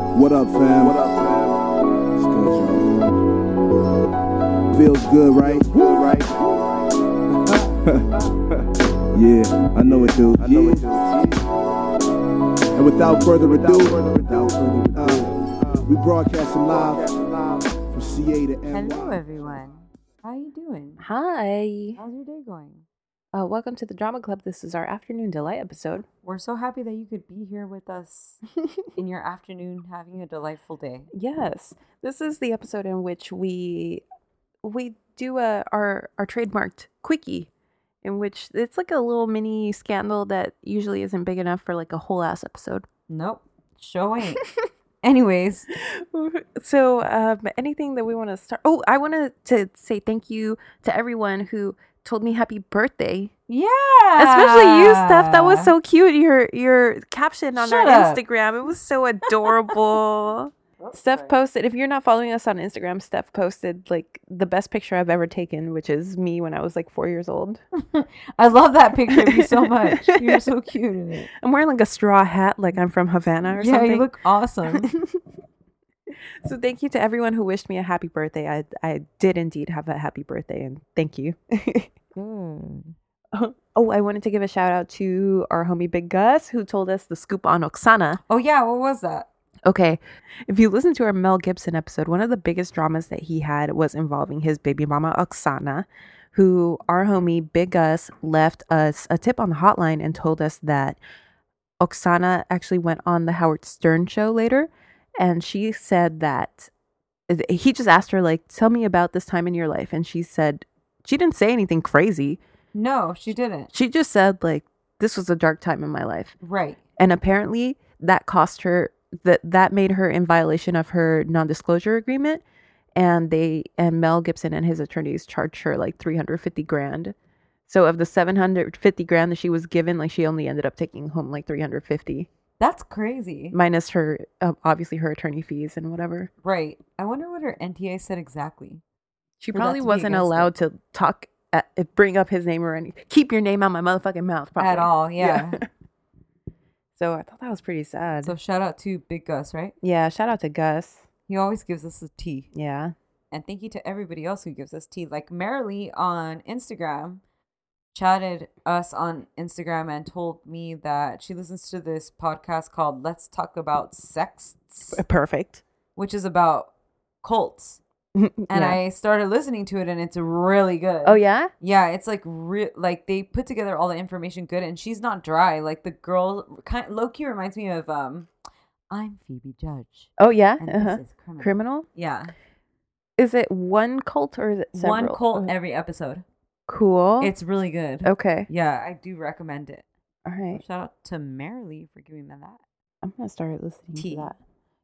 fam? What up, fam? It's good, y'all. Feels good, right? Good, right? yeah, I know it, do. I know it, do. And without further ado, uh, we broadcasting live from CA to NY. Hello, everyone. How you doing? Hi. How's your day going? Uh, welcome to the Drama Club. This is our afternoon delight episode. We're so happy that you could be here with us in your afternoon, having a delightful day. Yes, this is the episode in which we we do a our our trademarked quickie, in which it's like a little mini scandal that usually isn't big enough for like a whole ass episode. Nope, showing. Anyways, so um, anything that we want to start. Oh, I wanted to say thank you to everyone who told me happy birthday yeah, Especially you, Steph. That was so cute. Your your caption on Shut our up. Instagram. It was so adorable. Steph posted. If you're not following us on Instagram, Steph posted like the best picture I've ever taken, which is me when I was like four years old. I love that picture of you so much. You're so cute in it. I'm wearing like a straw hat, like I'm from Havana or yeah, something. you look awesome. so thank you to everyone who wished me a happy birthday. I I did indeed have a happy birthday, and thank you. Good. oh, I wanted to give a shout out to our homie Big Gus who told us the scoop on Oksana. Oh yeah, what was that? Okay. If you listen to our Mel Gibson episode, one of the biggest dramas that he had was involving his baby mama, Oksana, who our homie Big Us left us a tip on the hotline and told us that Oksana actually went on the Howard Stern show later. And she said that he just asked her, like, tell me about this time in your life. And she said, she didn't say anything crazy. No, she didn't. She just said, like, this was a dark time in my life Right. and apparently that cost her that that made her in violation of her non-disclosure agreement and they and mel gibson and his attorneys charged her like 350 grand so of the 750 grand that she was given like she only ended up taking home like 350 That's crazy. minus her uh, obviously her attorney fees and whatever Right. I wonder what her NTA said exactly. she For that probably to be wasn't against allowed to talk at, bring up his name or any keep your name out my motherfucking mouth probably. At all, yeah. so i thought that was pretty sad so shout out to Big Gus, right? yeah shout out to gus He always gives us a tea. yeah And thank you to everybody else who gives us tea. Like Marilee on Instagram chatted us on Instagram and told me that she listens to this podcast called Let's Talk About Sexts, perfect which is about cults. and And I started listening to it and it's really good. oh yeah Yeah, it's like re- like they put together all the information good and she's not dry. Like the girl kind Loki reminds me of um I'm Phoebe Judge. oh yeah And uh-huh. this is criminal. criminal Yeah. is it one cult or is it several? One cult Oh, every episode. cool It's really good. okay Yeah, I do recommend it. all right Shout out to Marilee for giving me that. i'm gonna start listening Tea. to that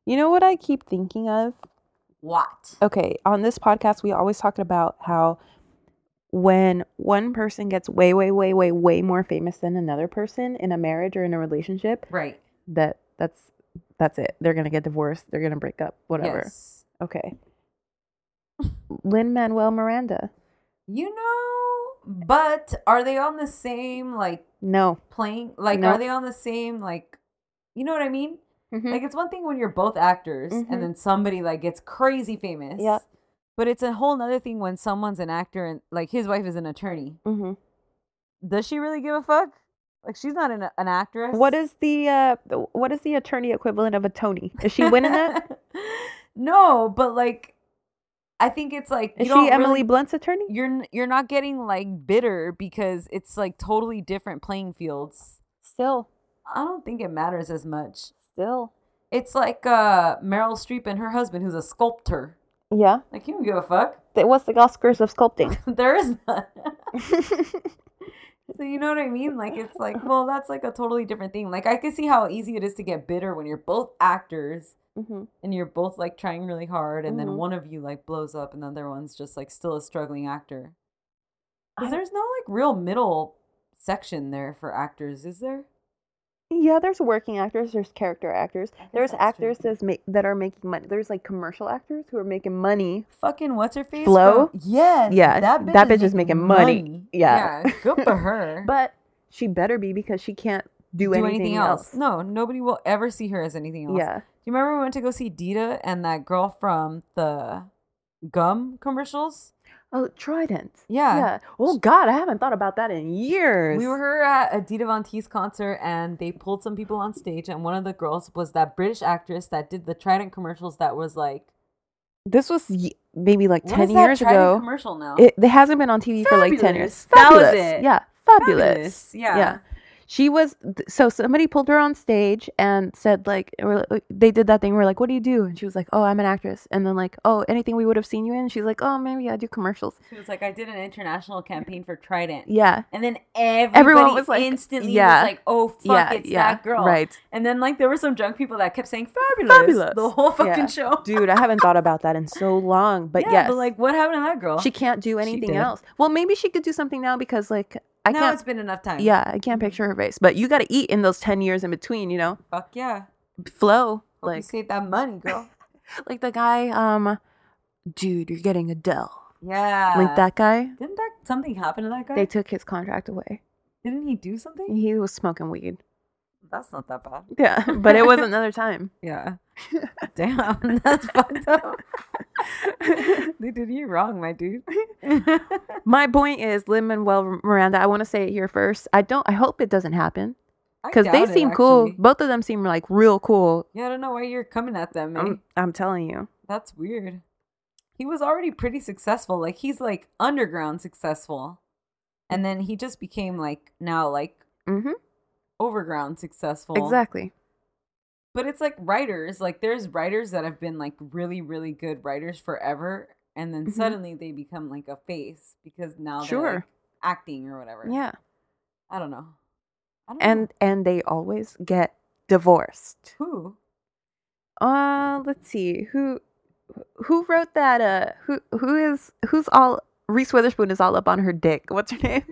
you know what i keep thinking of What? okay on this podcast we always talk about how when one person gets way way way way way more famous than another person in a marriage or in a relationship Right. that that's that's it they're gonna get divorced they're gonna break up whatever Yes. okay lynn manuel miranda You know, but are they on the same like no playing? Like, No. are they on the same like? You know what I mean? Mhm. Like, it's one thing when you're both actors Mhm. and then somebody like gets crazy famous. Yeah. But it's a whole nother thing when someone's an actor and like his wife is an attorney. mm-hmm. Does she really give a fuck? Like, she's not an, an actress. What is the uh th- what is the attorney equivalent of a Tony? Is she winning that? no, but like, I think it's like Is she you don't Emily really- Blunt's attorney? you're n- you're not getting like bitter because it's like totally different playing fields. Still, I don't think it matters as much. still. It's like uh Meryl Streep and her husband who's a sculptor. Yeah. Like you don't give a fuck. Th- What's the Oscars of sculpting? there is none. so you know what I mean? Like it's like, well, that's like a totally different thing. Like I can see how easy it is to get bitter when you're both actors Mhm. and you're both like trying really hard and Mhm. then one of you like blows up and the other one's just like still a struggling actor. I- Because there's no like real middle section there for actors, is there? Yeah, there's working actors, there's character actors, guess there's that's actors true. that's ma- that are making money. There's like commercial actors who are making money. Fucking what's her face? Flo? from- Yes. Yeah, that bitch is making money. Yeah. Good for her. But she better be because she can't do, anything, else. No, nobody will ever see her as anything else. Yeah. Do you remember we went to go see Dita and that girl from the gum commercials? Oh, Trident. Yeah. Oh God, I haven't thought about that in years. We were at a Dita Von T's concert and they pulled some people on stage and one of the girls was that British actress that did the Trident commercials that was like This was ye- maybe like what ten is that years Trident ago. commercial now. It, it hasn't been on TV for like ten years. Fabulous. That was it. Yeah, fabulous. Fabulous, yeah. She was th- so somebody pulled her on stage and said like we're, like- they did that thing. We're like, what do you do? And she was like, oh, I'm an actress. And then like, oh, anything we would have seen you in. She's like, oh, maybe I do commercials. she was like, I did an international campaign for Trident. Yeah, And then everybody Everyone was like, instantly yeah. was like, oh, fuck, yeah, it's yeah. that girl. Right, And then, like, there were some drunk people that kept saying, fabulous, Fabulous. the whole fucking Yeah. show. dude. I haven't thought about that in so long. But yeah, yes, but, like, what happened to that girl? she can't do anything did. else. Well, maybe she could do something now because like I now can't. it's been enough time. Yeah, I can't picture her face. But you got to eat in those 10 years in between, you know? Fuck yeah. Flow. Hope you Like saved that money, girl. like the guy um dude, you're getting Adele. Yeah. like that guy? Didn't that something happen to that guy? They took his contract away. Didn't he do something? He was smoking weed. That's not that bad. Yeah, but it was another time. Yeah. Damn, that's fucked up. they did you wrong, my dude. I My point is Lin Manuel Miranda, I want to say it here first. I don't I hope it doesn't happen cuz they doubt it, seem cool. actually. Both of them seem like real cool. Yeah, I don't know why you're coming at them. man. I'm, I'm telling you. That's weird. He was already pretty successful. Like he's like underground successful. And then he just became like now like Mhm. overground successful. Exactly. But it's like writers, like there's writers that have been like really really good writers forever and then Mhm. suddenly they become like a face because now they're Sure. like, acting or whatever. Yeah. I don't know. I don't know. And and they always get divorced. who? Uh, let's see who who wrote that. Uh, who who is who's all Reese Witherspoon is all up on her dick. What's her name?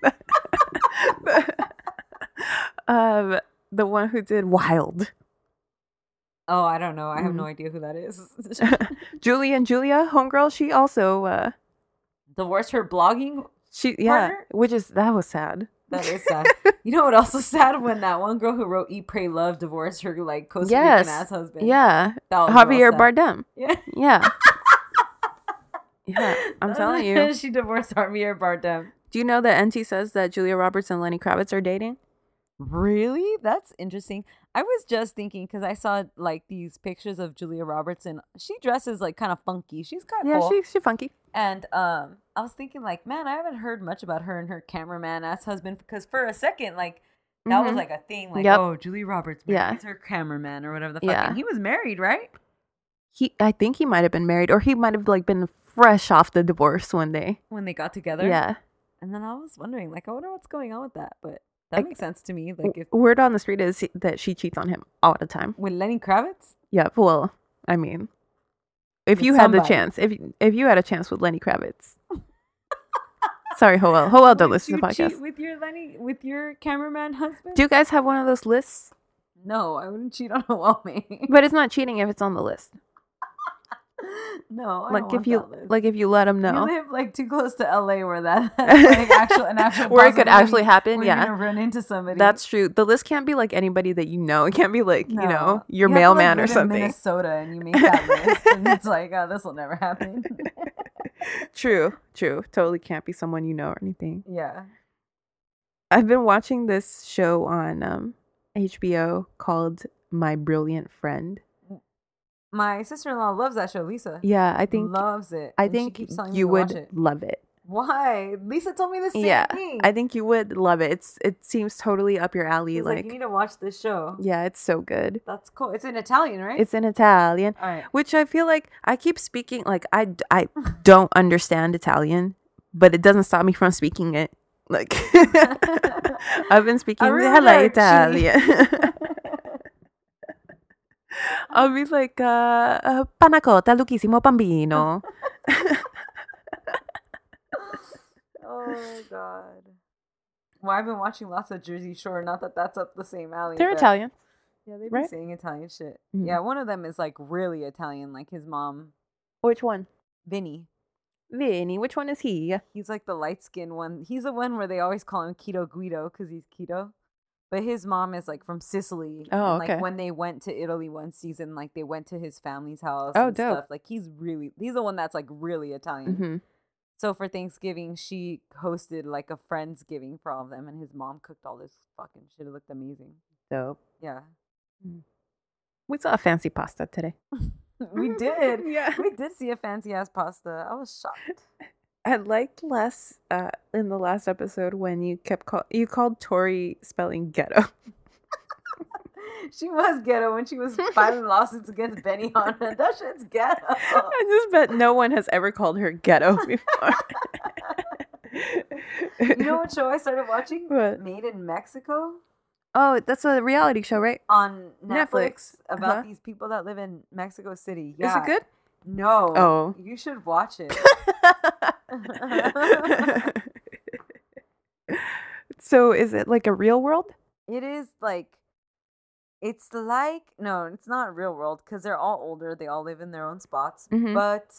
um, the one who did Wild, Oh, I don't know. I have Mhm. no idea who that is. Julie and Julia, homegirl. She also uh, Divorced her blogging she yeah, Partner? which is that was sad. That is sad. you know what else was sad when that one girl who wrote Eat Pray Love divorced her like Costa Yes. Rican ass husband. Yeah, That was real Javier Oh, sad. Bardem. Yeah. Yeah. Yeah, I'm telling you. she divorced Javier Bardem. Do you know that NT says that Julia Roberts and Lenny Kravitz are dating? Really? That's interesting. I was just thinking because I saw like these pictures of Julia Roberts and she dresses like kind of funky. She's kind of Yeah, cool. she she funky. And um, I was thinking like, man, I haven't heard much about her and her cameraman ass husband because for a second, like. That was Mhm. like a thing, like Yep. oh, Julie Roberts Yeah. marries her cameraman or whatever the fuck. Yeah. And he was married, right? he i think he might have been married or he might have like been fresh off the divorce one day When they got together, yeah And then I was wondering, like, I wonder what's going on with that, but that Like- makes sense to me. Like, if word on the street is he- that she cheats on him all the time with Lenny Kravitz, yeah well i mean if With you had the somebody. chance if if you had a chance with lenny kravitz sorry hoel hoel don't Would listen Oh, to the you cheat podcast with your Lenny, with your cameraman husband. do you guys have one of those lists no, I wouldn't cheat on a woman. but it's not cheating if it's on the list no, Oh, I like don't if want you that list. like if you let him You know live like too close to LA where that like actual an actual Where it could possibility actually happen, where yeah. you're gonna run into somebody. that's true the list can't be like anybody that you know it can't be like No. you know your You have to, like, mailman or live in something Minnesota, and you make that list, and it's like, oh, this will never happen. true true totally can't be someone you know or anything yeah. I've been watching this show on um, HBO called My Brilliant Friend. My sister in law loves that show, Lisa. Yeah, I think loves it. I and she think keeps telling me you to watch would it. love it. Why? Lisa told me the same yeah, thing. I think you would love it. It's it seems totally up your alley. She's like, Like, you need to watch this show. yeah, it's so good. That's cool. It's in Italian, right? It's in Italian, all right. which I feel like I keep speaking like I d- I don't understand Italian, but it doesn't stop me from speaking it. Like I've been speaking hella Arrivederci. Italian. I'll be like, uh, uh, panacotta, lucchissimo bambino. oh god. Well, I've been watching lots of Jersey Shore. Not that that's up the same alley. They're but- Italian. Yeah, they've been right? saying Italian shit. Mhm. Yeah, one of them is like really Italian, like his mom, Which one? Vinny. Vinny, which one is he? He's like the light skinned one. He's the one where they always call him Keto Guido because he's keto. But his mom is like from Sicily. Oh, and, like okay. when they went to Italy one season, like they went to his family's house. Oh, and dope. Stuff. Like he's really he's the one that's like really Italian. hmm So for Thanksgiving, she hosted like a friendsgiving for all of them, and his mom cooked all this fucking shit. It looked amazing. Dope. Yeah, We saw a fancy pasta today. we did. Mm-hmm. yeah. We did see a fancy ass pasta. I was shocked. I liked less uh, in the last episode when you kept call you called Tori spelling ghetto. She was ghetto when she was filing lawsuits against Benihana. That shit's ghetto. I just bet no one has ever called her ghetto before. You know what show I started watching? What? Made in Mexico Oh, that's a reality show, right? on Netflix, Netflix, about uh-huh. these people that live in Mexico City. Yeah. Is it good? No. Oh. You should watch it. so is it like a real world? it is like it's like no, it's not real world because they're all older. They all live in their own spots, Mhm. but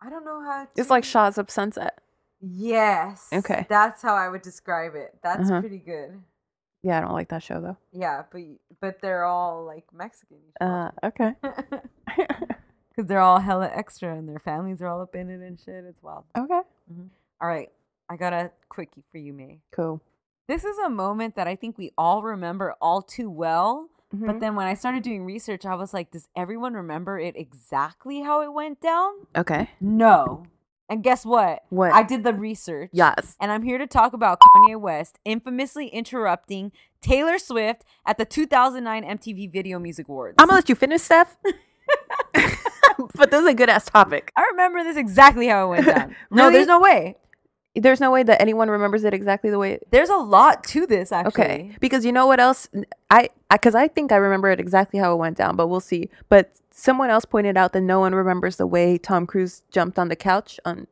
I don't know how. It's like to- Shaw's Up Sunset. Yes. Okay. That's how I would describe it. That's Uh-huh. pretty good. Yeah, I don't like that show though. Yeah, but but they're all like Mexican. Uh, okay. Because they're all hella extra and their families are all up in it and shit. It's wild. okay. All right. I got a quickie for you, May. Cool. This is a moment that I think we all remember all too well. But Mhm. then when I started doing research, I was like, does everyone remember it exactly how it went down? okay. No. And guess what? What? I did the research. Yes. and I'm here to talk about Kanye West infamously interrupting Taylor Swift at the 2009 MTV Video Music Awards. I'm gonna let you finish, Steph. but this is a good ass topic. I remember this exactly how it went down. No, Really? there's no way. There's no way that anyone remembers it exactly the way. It, There's a lot to this actually. okay, because you know what else? I because I, think I remember it exactly how it went down, but we'll see. But someone else pointed out that no one remembers the way Tom Cruise jumped on the couch on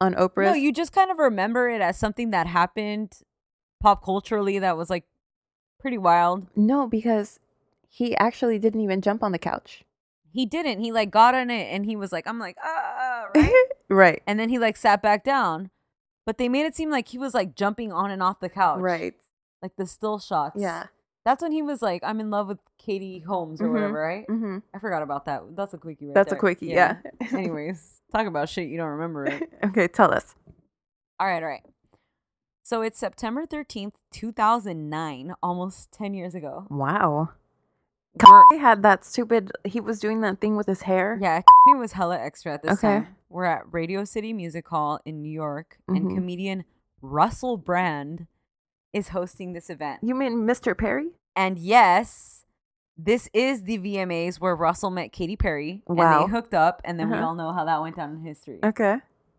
on Oprah's. No, you just kind of remember it as something that happened pop culturally that was like pretty wild. No, because he actually didn't even jump on the couch. He didn't. He like got on it and he was like, I'm like, ah, right? Right. and then he like sat back down. But they made it seem like he was like jumping on and off the couch. Right. Like the still shots. Yeah. That's when he was like, I'm in love with Katie Holmes or Mhm. whatever, right? Mm-hmm. I forgot about that. That's a quickie, right? That's there. a quickie. Yeah. Anyways, talk about shit you don't remember. It. okay, tell us. All right, all right. So it's September 13th, 2009, almost 10 years ago. Wow. We're- He had that stupid. He was doing that thing with his hair. yeah, Kanye was hella extra at this Okay. time. We're at Radio City Music Hall in New York, and Mhm. comedian Russell Brand is hosting this event. You mean Mr. Perry? And yes, this is the VMAs where Russell met Katy Perry. Wow. And they hooked up, and then we Uh-huh. Uh, all know how that went down in history. Okay.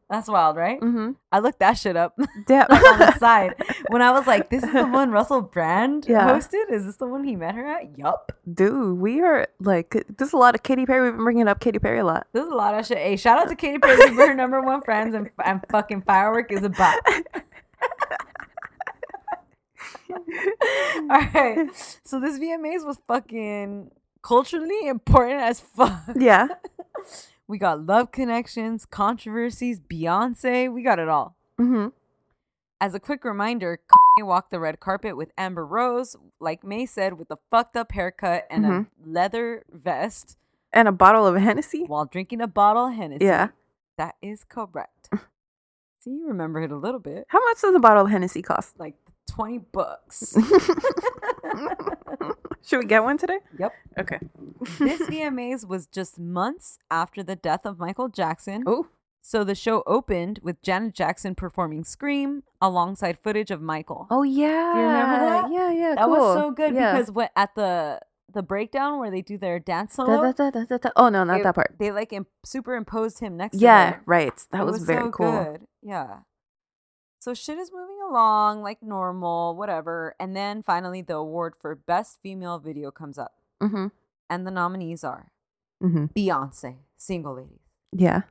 That's wild, right? Mm-hmm. I looked that shit up on Damn. the side when I was like, this is the one Russell Brand Yeah. hosted? Is this the one he met her at? Yup. Dude, we are like, there's a lot of Katy Perry. We've been bringing up Katy Perry a lot. There's a lot of shit. Hey, shout out to Katy Perry. We're her number one friends, and, and fucking Firework is a bop. All right. So this VMAs was fucking culturally important as fuck. Yeah. We got love connections, controversies, Beyonce. We got it all. Mm-hmm. As a quick reminder, Kanye walked the red carpet with Amber Rose, like May said, with a fucked up haircut and Mhm. a leather vest And a bottle of Hennessy. while drinking a bottle of Hennessy. Yeah. That is correct. See, you remember it a little bit. How much does a bottle of Hennessy cost? Like 20 bucks. Should we get one today? yep. Okay. This VMAs was just months after the death of Michael Jackson. Oh. So the show opened with Janet Jackson performing Scream alongside footage of Michael. Oh yeah. Do you remember that? Yeah, yeah. that cool. was so good Yeah. because what at the the breakdown where they do their dance Da, solo, da, da, da, da, da. Oh no, not it- that part. They like imp- superimposed him next. to Yeah, her. right. That It was, very so cool. Good. Yeah. So shit is moving along like normal, whatever. And then finally, the award for best female video comes up, Mm-hmm. and the nominees are Mm-hmm. Beyonce, Single Ladies, Yeah.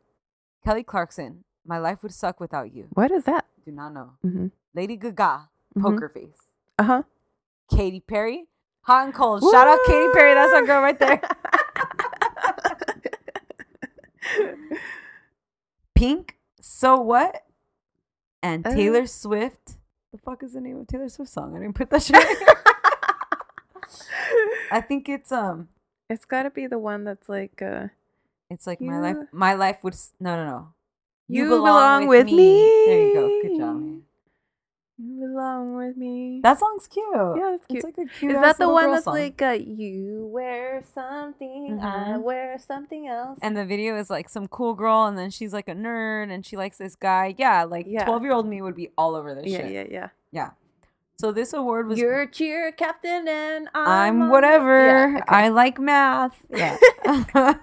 Kelly Clarkson, My Life Would Suck Without You, What is that? Do Not Know, Mm-hmm. Lady Gaga, Mhm. Poker Face, Uh huh. Katy Perry, Hot and Cold. Shout out Katy Perry, that's our girl right there. Pink, So What, and Uh. Uh-huh. Taylor Swift the fuck is the name of Taylor Swift song? I didn't put that shit. in. I think it's um, it's got to be the one that's like, uh, it's like my life. You- My life would s- no no no. You belong with There you go. Good job. me. man. "You belong with me." That song's cute. yeah, that's It's cute. like a cute. Is ass that the little one girl that's song. like, uh, "You wear something, I Mhm. wear something else"? And the video is like some cool girl, and then she's like a nerd, and she likes this guy. Yeah, like Yeah. twelve year old me would be all over this yeah, shit. yeah, yeah. So this award was You're cheer captain, and I'm, I'm, on the-" whatever. Yeah, okay. I like math. Yeah.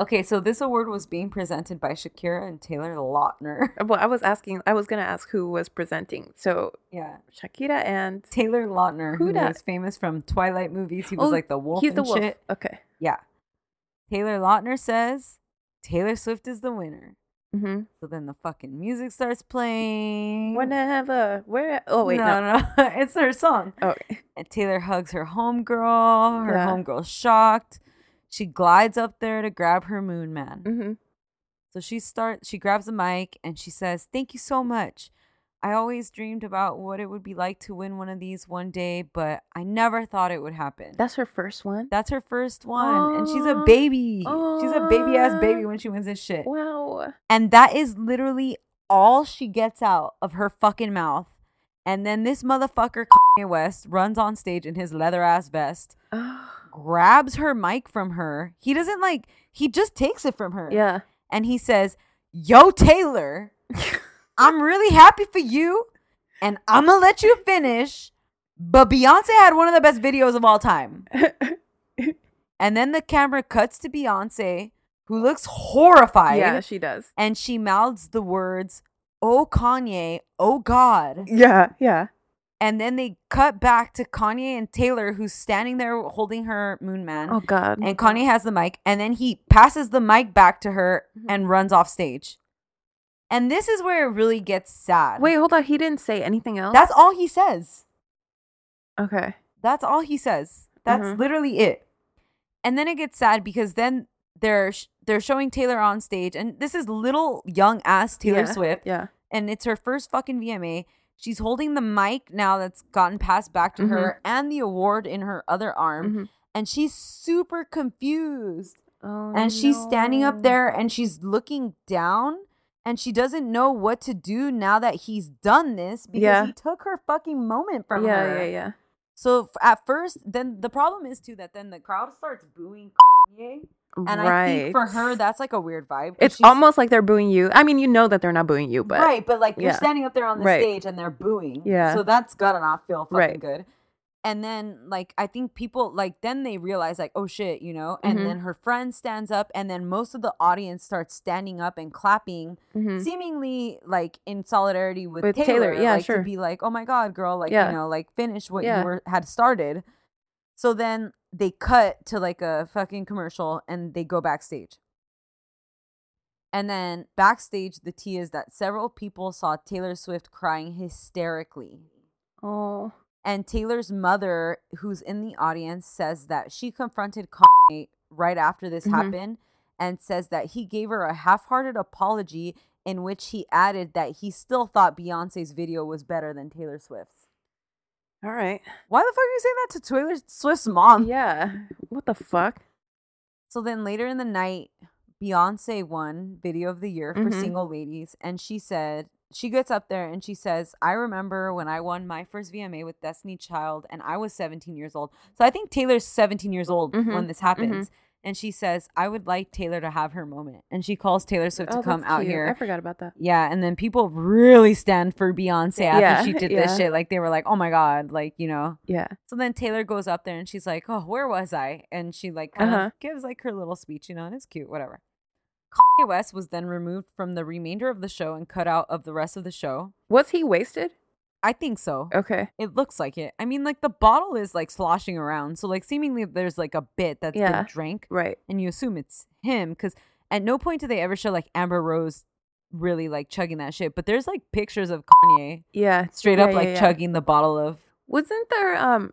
okay, so this award was being presented by Shakira and Taylor Lautner. uh, Well, I was asking. I was gonna ask who was presenting. So Yeah. Shakira and Taylor Lautner, Who who dat? was famous from Twilight movies. He was Oh, like the wolf he's the and wolf. shit. Okay. Yeah. Taylor Lautner says Taylor Swift is the winner. Mm-hmm. So then the fucking music starts playing. Whenever, where? Oh wait, no. Oh, no, no. it's her song. Okay. And Taylor hugs her homegirl. Her Yeah. homegirl's shocked. She glides up there to grab her moon man. Mm-hmm. So she starts she grabs the mic and she says, Thank you so much. I always dreamed about what it would be like to win one of these one day, but I never thought it would happen. That's her first one. That's her first one. and she's a Aw. baby. She's a baby ass Aw. baby when she wins this shit. Wow. And that is literally all she gets out of her fucking mouth. And then this motherfucker Kanye West runs on stage in his leather ass vest, grabs her mic from her. He doesn't like he just takes it from her. yeah. And he says, "Yo Taylor, I'm really happy for you and I'm going to let you finish, but Beyonce had one of the best videos of all time." and then the camera cuts to Beyonce who looks horrified yeah, she does. and she mouths the words, Oh Kanye, oh God. Yeah, yeah. And then they cut back to Kanye and Taylor, who's standing there holding her moon man. Oh God. And Kanye has the mic, and then he passes the mic back to her Mhm. and runs off stage. And this is where it really gets sad. Wait, hold on. He didn't say anything else. that's all he says. okay. That's all he says. That's Mhm. literally it. And then it gets sad because then they're sh- they're showing Taylor on stage, and this is little young ass Taylor Yeah, Swift. Yeah. and it's her first fucking VMA. She's holding the mic now that's gotten passed back to her Mm-hmm. and the award in her other arm. Mhm. And she's super confused. Oh, and she's standing no. up there and she's looking down and she doesn't know what to do now that he's done this because Yeah. he took her fucking moment from yeah, her. yeah, yeah. So f- at first, then the problem is too that then the crowd starts booing Kanye. And I think for her, that's like a weird vibe. 'cause it's she's- almost like they're booing you. I mean, you know that they're not booing you, but right, but like you're yeah. standing up there on the Right. stage and they're booing. Yeah. So that's gotta not feel fucking Right. good. And then like I think people like then they realize like, oh shit, you know, and Mhm. then her friend stands up and then most of the audience starts standing up and clapping, Mhm. seemingly like in solidarity with, With Taylor, Taylor. yeah, like, sure. to be like, Oh my god, girl, like Yeah. you know, like finish what Yeah. you were had started. So then they cut to like a fucking commercial and they go backstage. And then backstage, the tea is that several people saw Taylor Swift crying hysterically. oh, And Taylor's mother, who's in the audience, says that she confronted Kanye right after this Mhm. happened and says that he gave her a half hearted apology in which he added that he still thought Beyonce's video was better than Taylor Swift's. all right. Why the fuck are you saying that to Taylor Swift's mom? Yeah. What the fuck? So then later in the night, Beyonce won Video of the Year for Mhm. Single Ladies. And she said, she gets up there and she says, I remember when I won my first VMA with Destiny Child and I was 17 years old. So I think Taylor's 17 years old Mhm, when this happens. And she says, I would like Taylor to have her moment. And she calls Taylor Swift Oh, to come that's out cute. here. I forgot about that. Yeah, and then people really stand for Beyonce after Yeah, she did yeah. this shit. Like they were like, "Oh my god!" Like you know. Yeah. So then Taylor goes up there and she's like, "Oh, where was I?" And she like kind Uh-huh. of gives like her little speech, you know, and it's cute, whatever. Kanye West was then removed from the remainder of the show and cut out of the rest of the show. Was he wasted? I think so. Okay. It looks like it. I mean, like the bottle is like sloshing around, so like seemingly there's like a bit that's Yeah. been drank, Right. and you assume it's him because at no point do they ever show like Amber Rose really like chugging that shit. But there's like pictures of Kanye Yeah. straight Yeah, up yeah, like yeah. chugging the bottle of Wasn't there um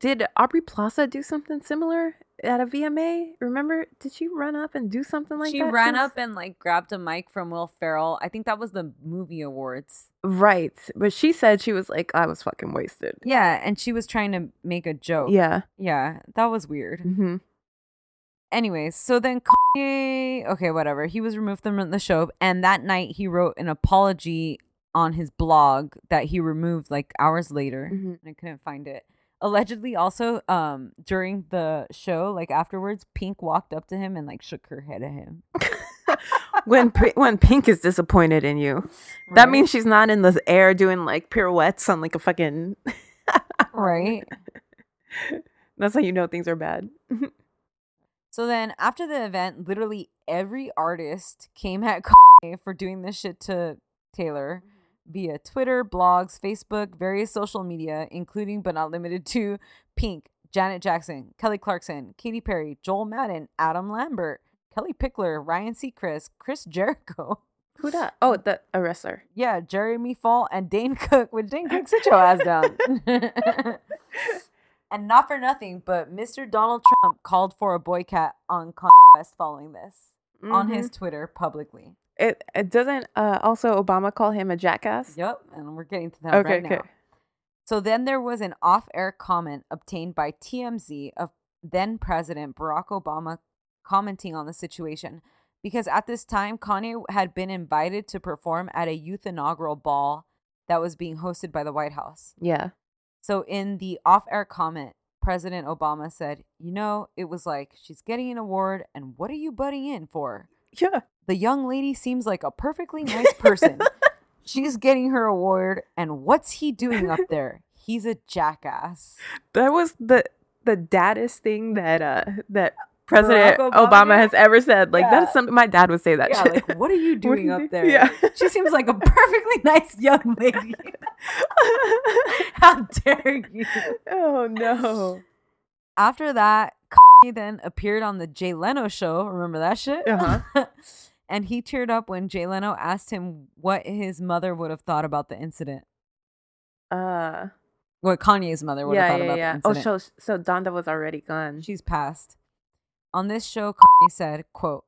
did Aubrey Plaza do something similar? at a VMA? Remember, did she run up and do something like she that? ran was- up and like grabbed a mic from Will Ferrell. I think that was the movie awards. Right. But she said she was like, I was fucking wasted. Yeah, and she was trying to make a joke. Yeah. Yeah, Mm. that was weird. hmm Anyways, so then Kanye, okay, whatever. He was removed from the show, and that night he wrote an apology on his blog that he removed like hours later. Mhm. And I couldn't find it. Allegedly, also um during the show, like afterwards, Pink walked up to him and like shook her head at him. when P- when Pink is disappointed in you, that Right? means she's not in the air doing like pirouettes on like a fucking. right. That's how you know things are bad. So then after the event, literally every artist came at Kanye for doing this shit to Taylor via Twitter, blogs, Facebook, various social media, including but not limited to Pink, Janet Jackson, Kelly Clarkson, Katy Perry, Joel Madden, Adam Lambert, Kelly Pickler, Ryan Seacrest, Chris Jericho. Who that? Oh, the a wrestler. Yeah, Jeremy Fall and Dane Cook. With Dane Cook, sit your ass down. and not for nothing, but Mr. Donald Trump called for a boycott on Kanye West following this on Mhm. his Twitter publicly. It, it doesn't. Uh, also, Obama call him a jackass. Yep, and we're getting to that Okay. right okay. now. So then there was an off-air comment obtained by TMZ of then President Barack Obama commenting on the situation because at this time Kanye had been invited to perform at a youth inaugural ball that was being hosted by the White House. Yeah. So in the off-air comment, President Obama said, "You know, it was like she's getting an award, and what are you butting in for? Yeah. The young lady seems like a perfectly nice person. she's getting her award, and what's he doing up there? He's a jackass." That was the the daddest thing that uh that President Barack Obama, Obama has did? ever said. Like Yeah. that's something my dad would say that Yeah, shit. like what are you What doing do you up do? there? Yeah. She seems like a perfectly nice young lady. How dare you? oh no. After that, Kanye then appeared on the Jay Leno show. Remember that shit? Uh-huh. and he cheered up when Jay Leno asked him what his mother would have thought about the incident. Uh What Kanye's mother would have yeah, thought yeah, about yeah. the Oh, incident. so so Donda was already gone. She's passed. On this show, Kanye said, quote,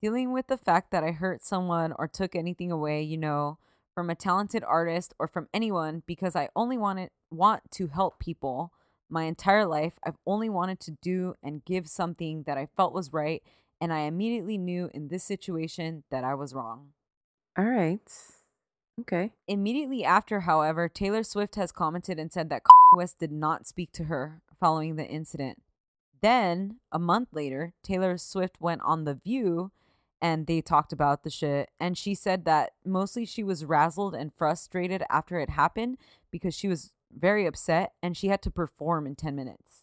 dealing with the fact that I hurt someone or took anything away, you know, from a talented artist or from anyone because I only wanted want to help people. My entire life, I've only wanted to do and give something that I felt was right, and I immediately knew in this situation that I was wrong. All right. Okay. Immediately after, however, Taylor Swift has commented and said that Kanye West did not speak to her following the incident. Then, a month later, Taylor Swift went on The View and they talked about the shit. And she said that mostly she was razzled and frustrated after it happened because she was very upset and she had to perform in 10 minutes.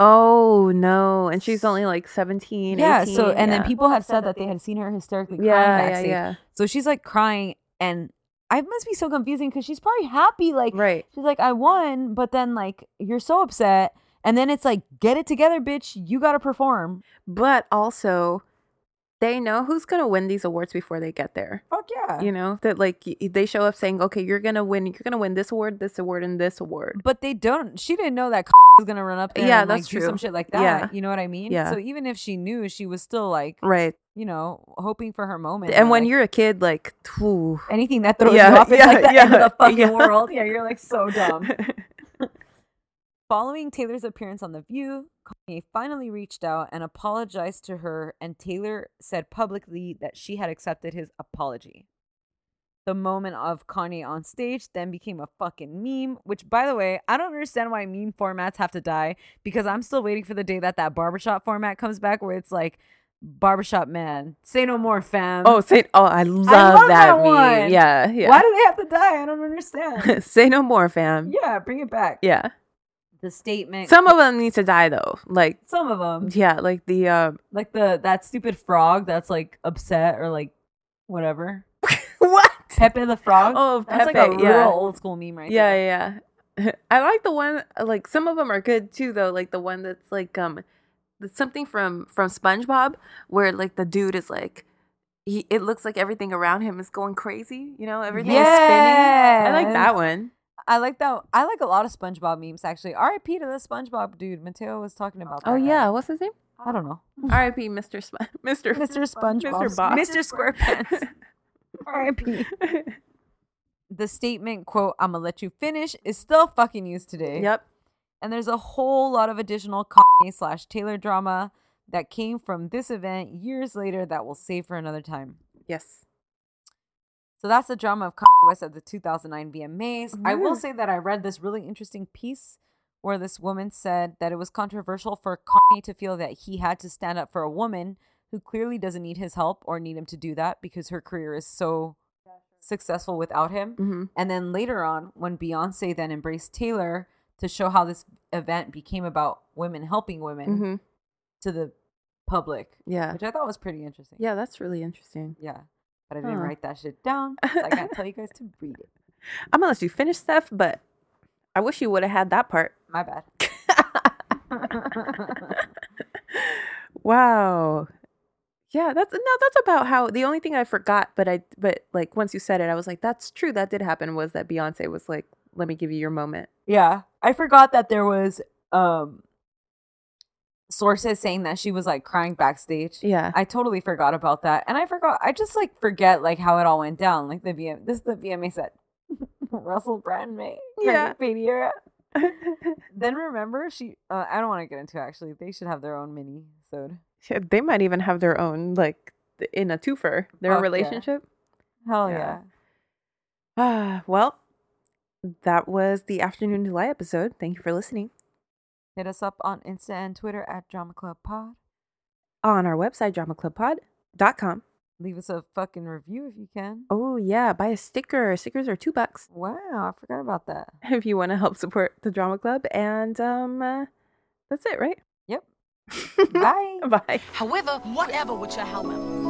Oh no. And she's only like 17. yeah. so, 18, and then yeah. people have said that they had seen her hysterically crying Yeah, yeah, backstage. yeah. So she's like crying and. I must be so confusing because she's probably happy. Like, Right. She's like, I won, but then like you're so upset. And then it's like, get it together, bitch. You gotta perform. But also they know who's going to win these awards before they get there. Fuck yeah. you know that like y- they show up saying okay you're gonna win you're gonna win this award this award and this award But they don't she didn't know that was gonna run up there Yeah, and that's like do some true. shit like that. Yeah. You know what I mean? Yeah. So even if she knew, she was still like, right you know, hoping for her moment. and when like, you're a kid like phew. anything that throws Yeah, you off, it's yeah, like the end of yeah, the fucking yeah. world. Yeah, you're like so dumb. Following Taylor's appearance on The View, Kanye finally reached out and apologized to her, and Taylor said publicly that she had accepted his apology. The moment of Kanye on stage then became a fucking meme, which, by the way, I don't understand why meme formats have to die because I'm still waiting for the day that that barbershop format comes back where it's like, barbershop man, say no more, fam. oh say oh i love, love that that, meme. one. yeah yeah why do they have to die? I don't understand. say no more fam yeah, bring it back. yeah The statement. some of them need to die though like some of them. yeah like the um like the that stupid frog that's like upset or like whatever what Pepe the frog. oh that's Pepe, like a yeah. real old school meme, right? yeah there. yeah yeah. i like the one like some of them are good too though like the one that's like um that's something from from spongebob where like the dude is like he it looks like everything around him is going crazy you know everything is spinning i like Yes. that one I like that. I like a lot of SpongeBob memes actually. R.I.P. to the SpongeBob dude. Mateo was talking about. Oh that. yeah, what's his name? I don't know. R.I.P. Mr. Sp- Mr. Mr. SpongeBob. Mr. Bob. Mr. SquarePants. R.I.P. The statement quote "I'ma let you finish" is still fucking used today. yep. And there's a whole lot of additional Kanye slash Taylor drama that came from this event years later that we'll save for another time. Yes. So that's the drama of Kanye West at the 2009 VMAs. I will Yeah. say that I read this really interesting piece where this woman said that it was controversial for Kanye to feel that he had to stand up for a woman who clearly doesn't need his help or need him to do that because her career is so successful without him. Mm-hmm. And then later on, when Beyonce then embraced Taylor to show how this event became about women helping women Mm-hmm. to the public, Yeah. which I thought was pretty interesting. Yeah, that's really interesting. Yeah. But I didn't Huh. write that shit down. So I can't tell you guys to read it. I'm gonna let you finish Steph, but I wish you would have had that part. My bad. Wow. Yeah, that's no, that's about how the only thing I forgot, but I but like once you said it, I was like, that's true, that did happen was that Beyonce was like, let me give you your moment. yeah. I forgot that there was um sources saying that she was like crying backstage. Yeah. I totally forgot about that. And I forgot I just like forget like how it all went down. Like the VM this is the VMA set. Russell Brand made Yeah. Wikipedia. Then remember she uh, I don't want to get into it, actually. They should have their own mini sode. Yeah, they might even have their own like th- in a twofer, their Fuck yeah. relationship. Hell Yeah. yeah. Ah, well, that was the afternoon July episode. Thank you for listening. Hit us up on Insta and Twitter at Drama Club Pod. On our website, dramaclubpod.com. Leave us a fucking review if you can. Oh yeah, buy a sticker. Stickers are two bucks. Wow, I forgot about that. if you want to help support the drama club and um uh, that's it right Yep. Bye. bye However, whatever with your however.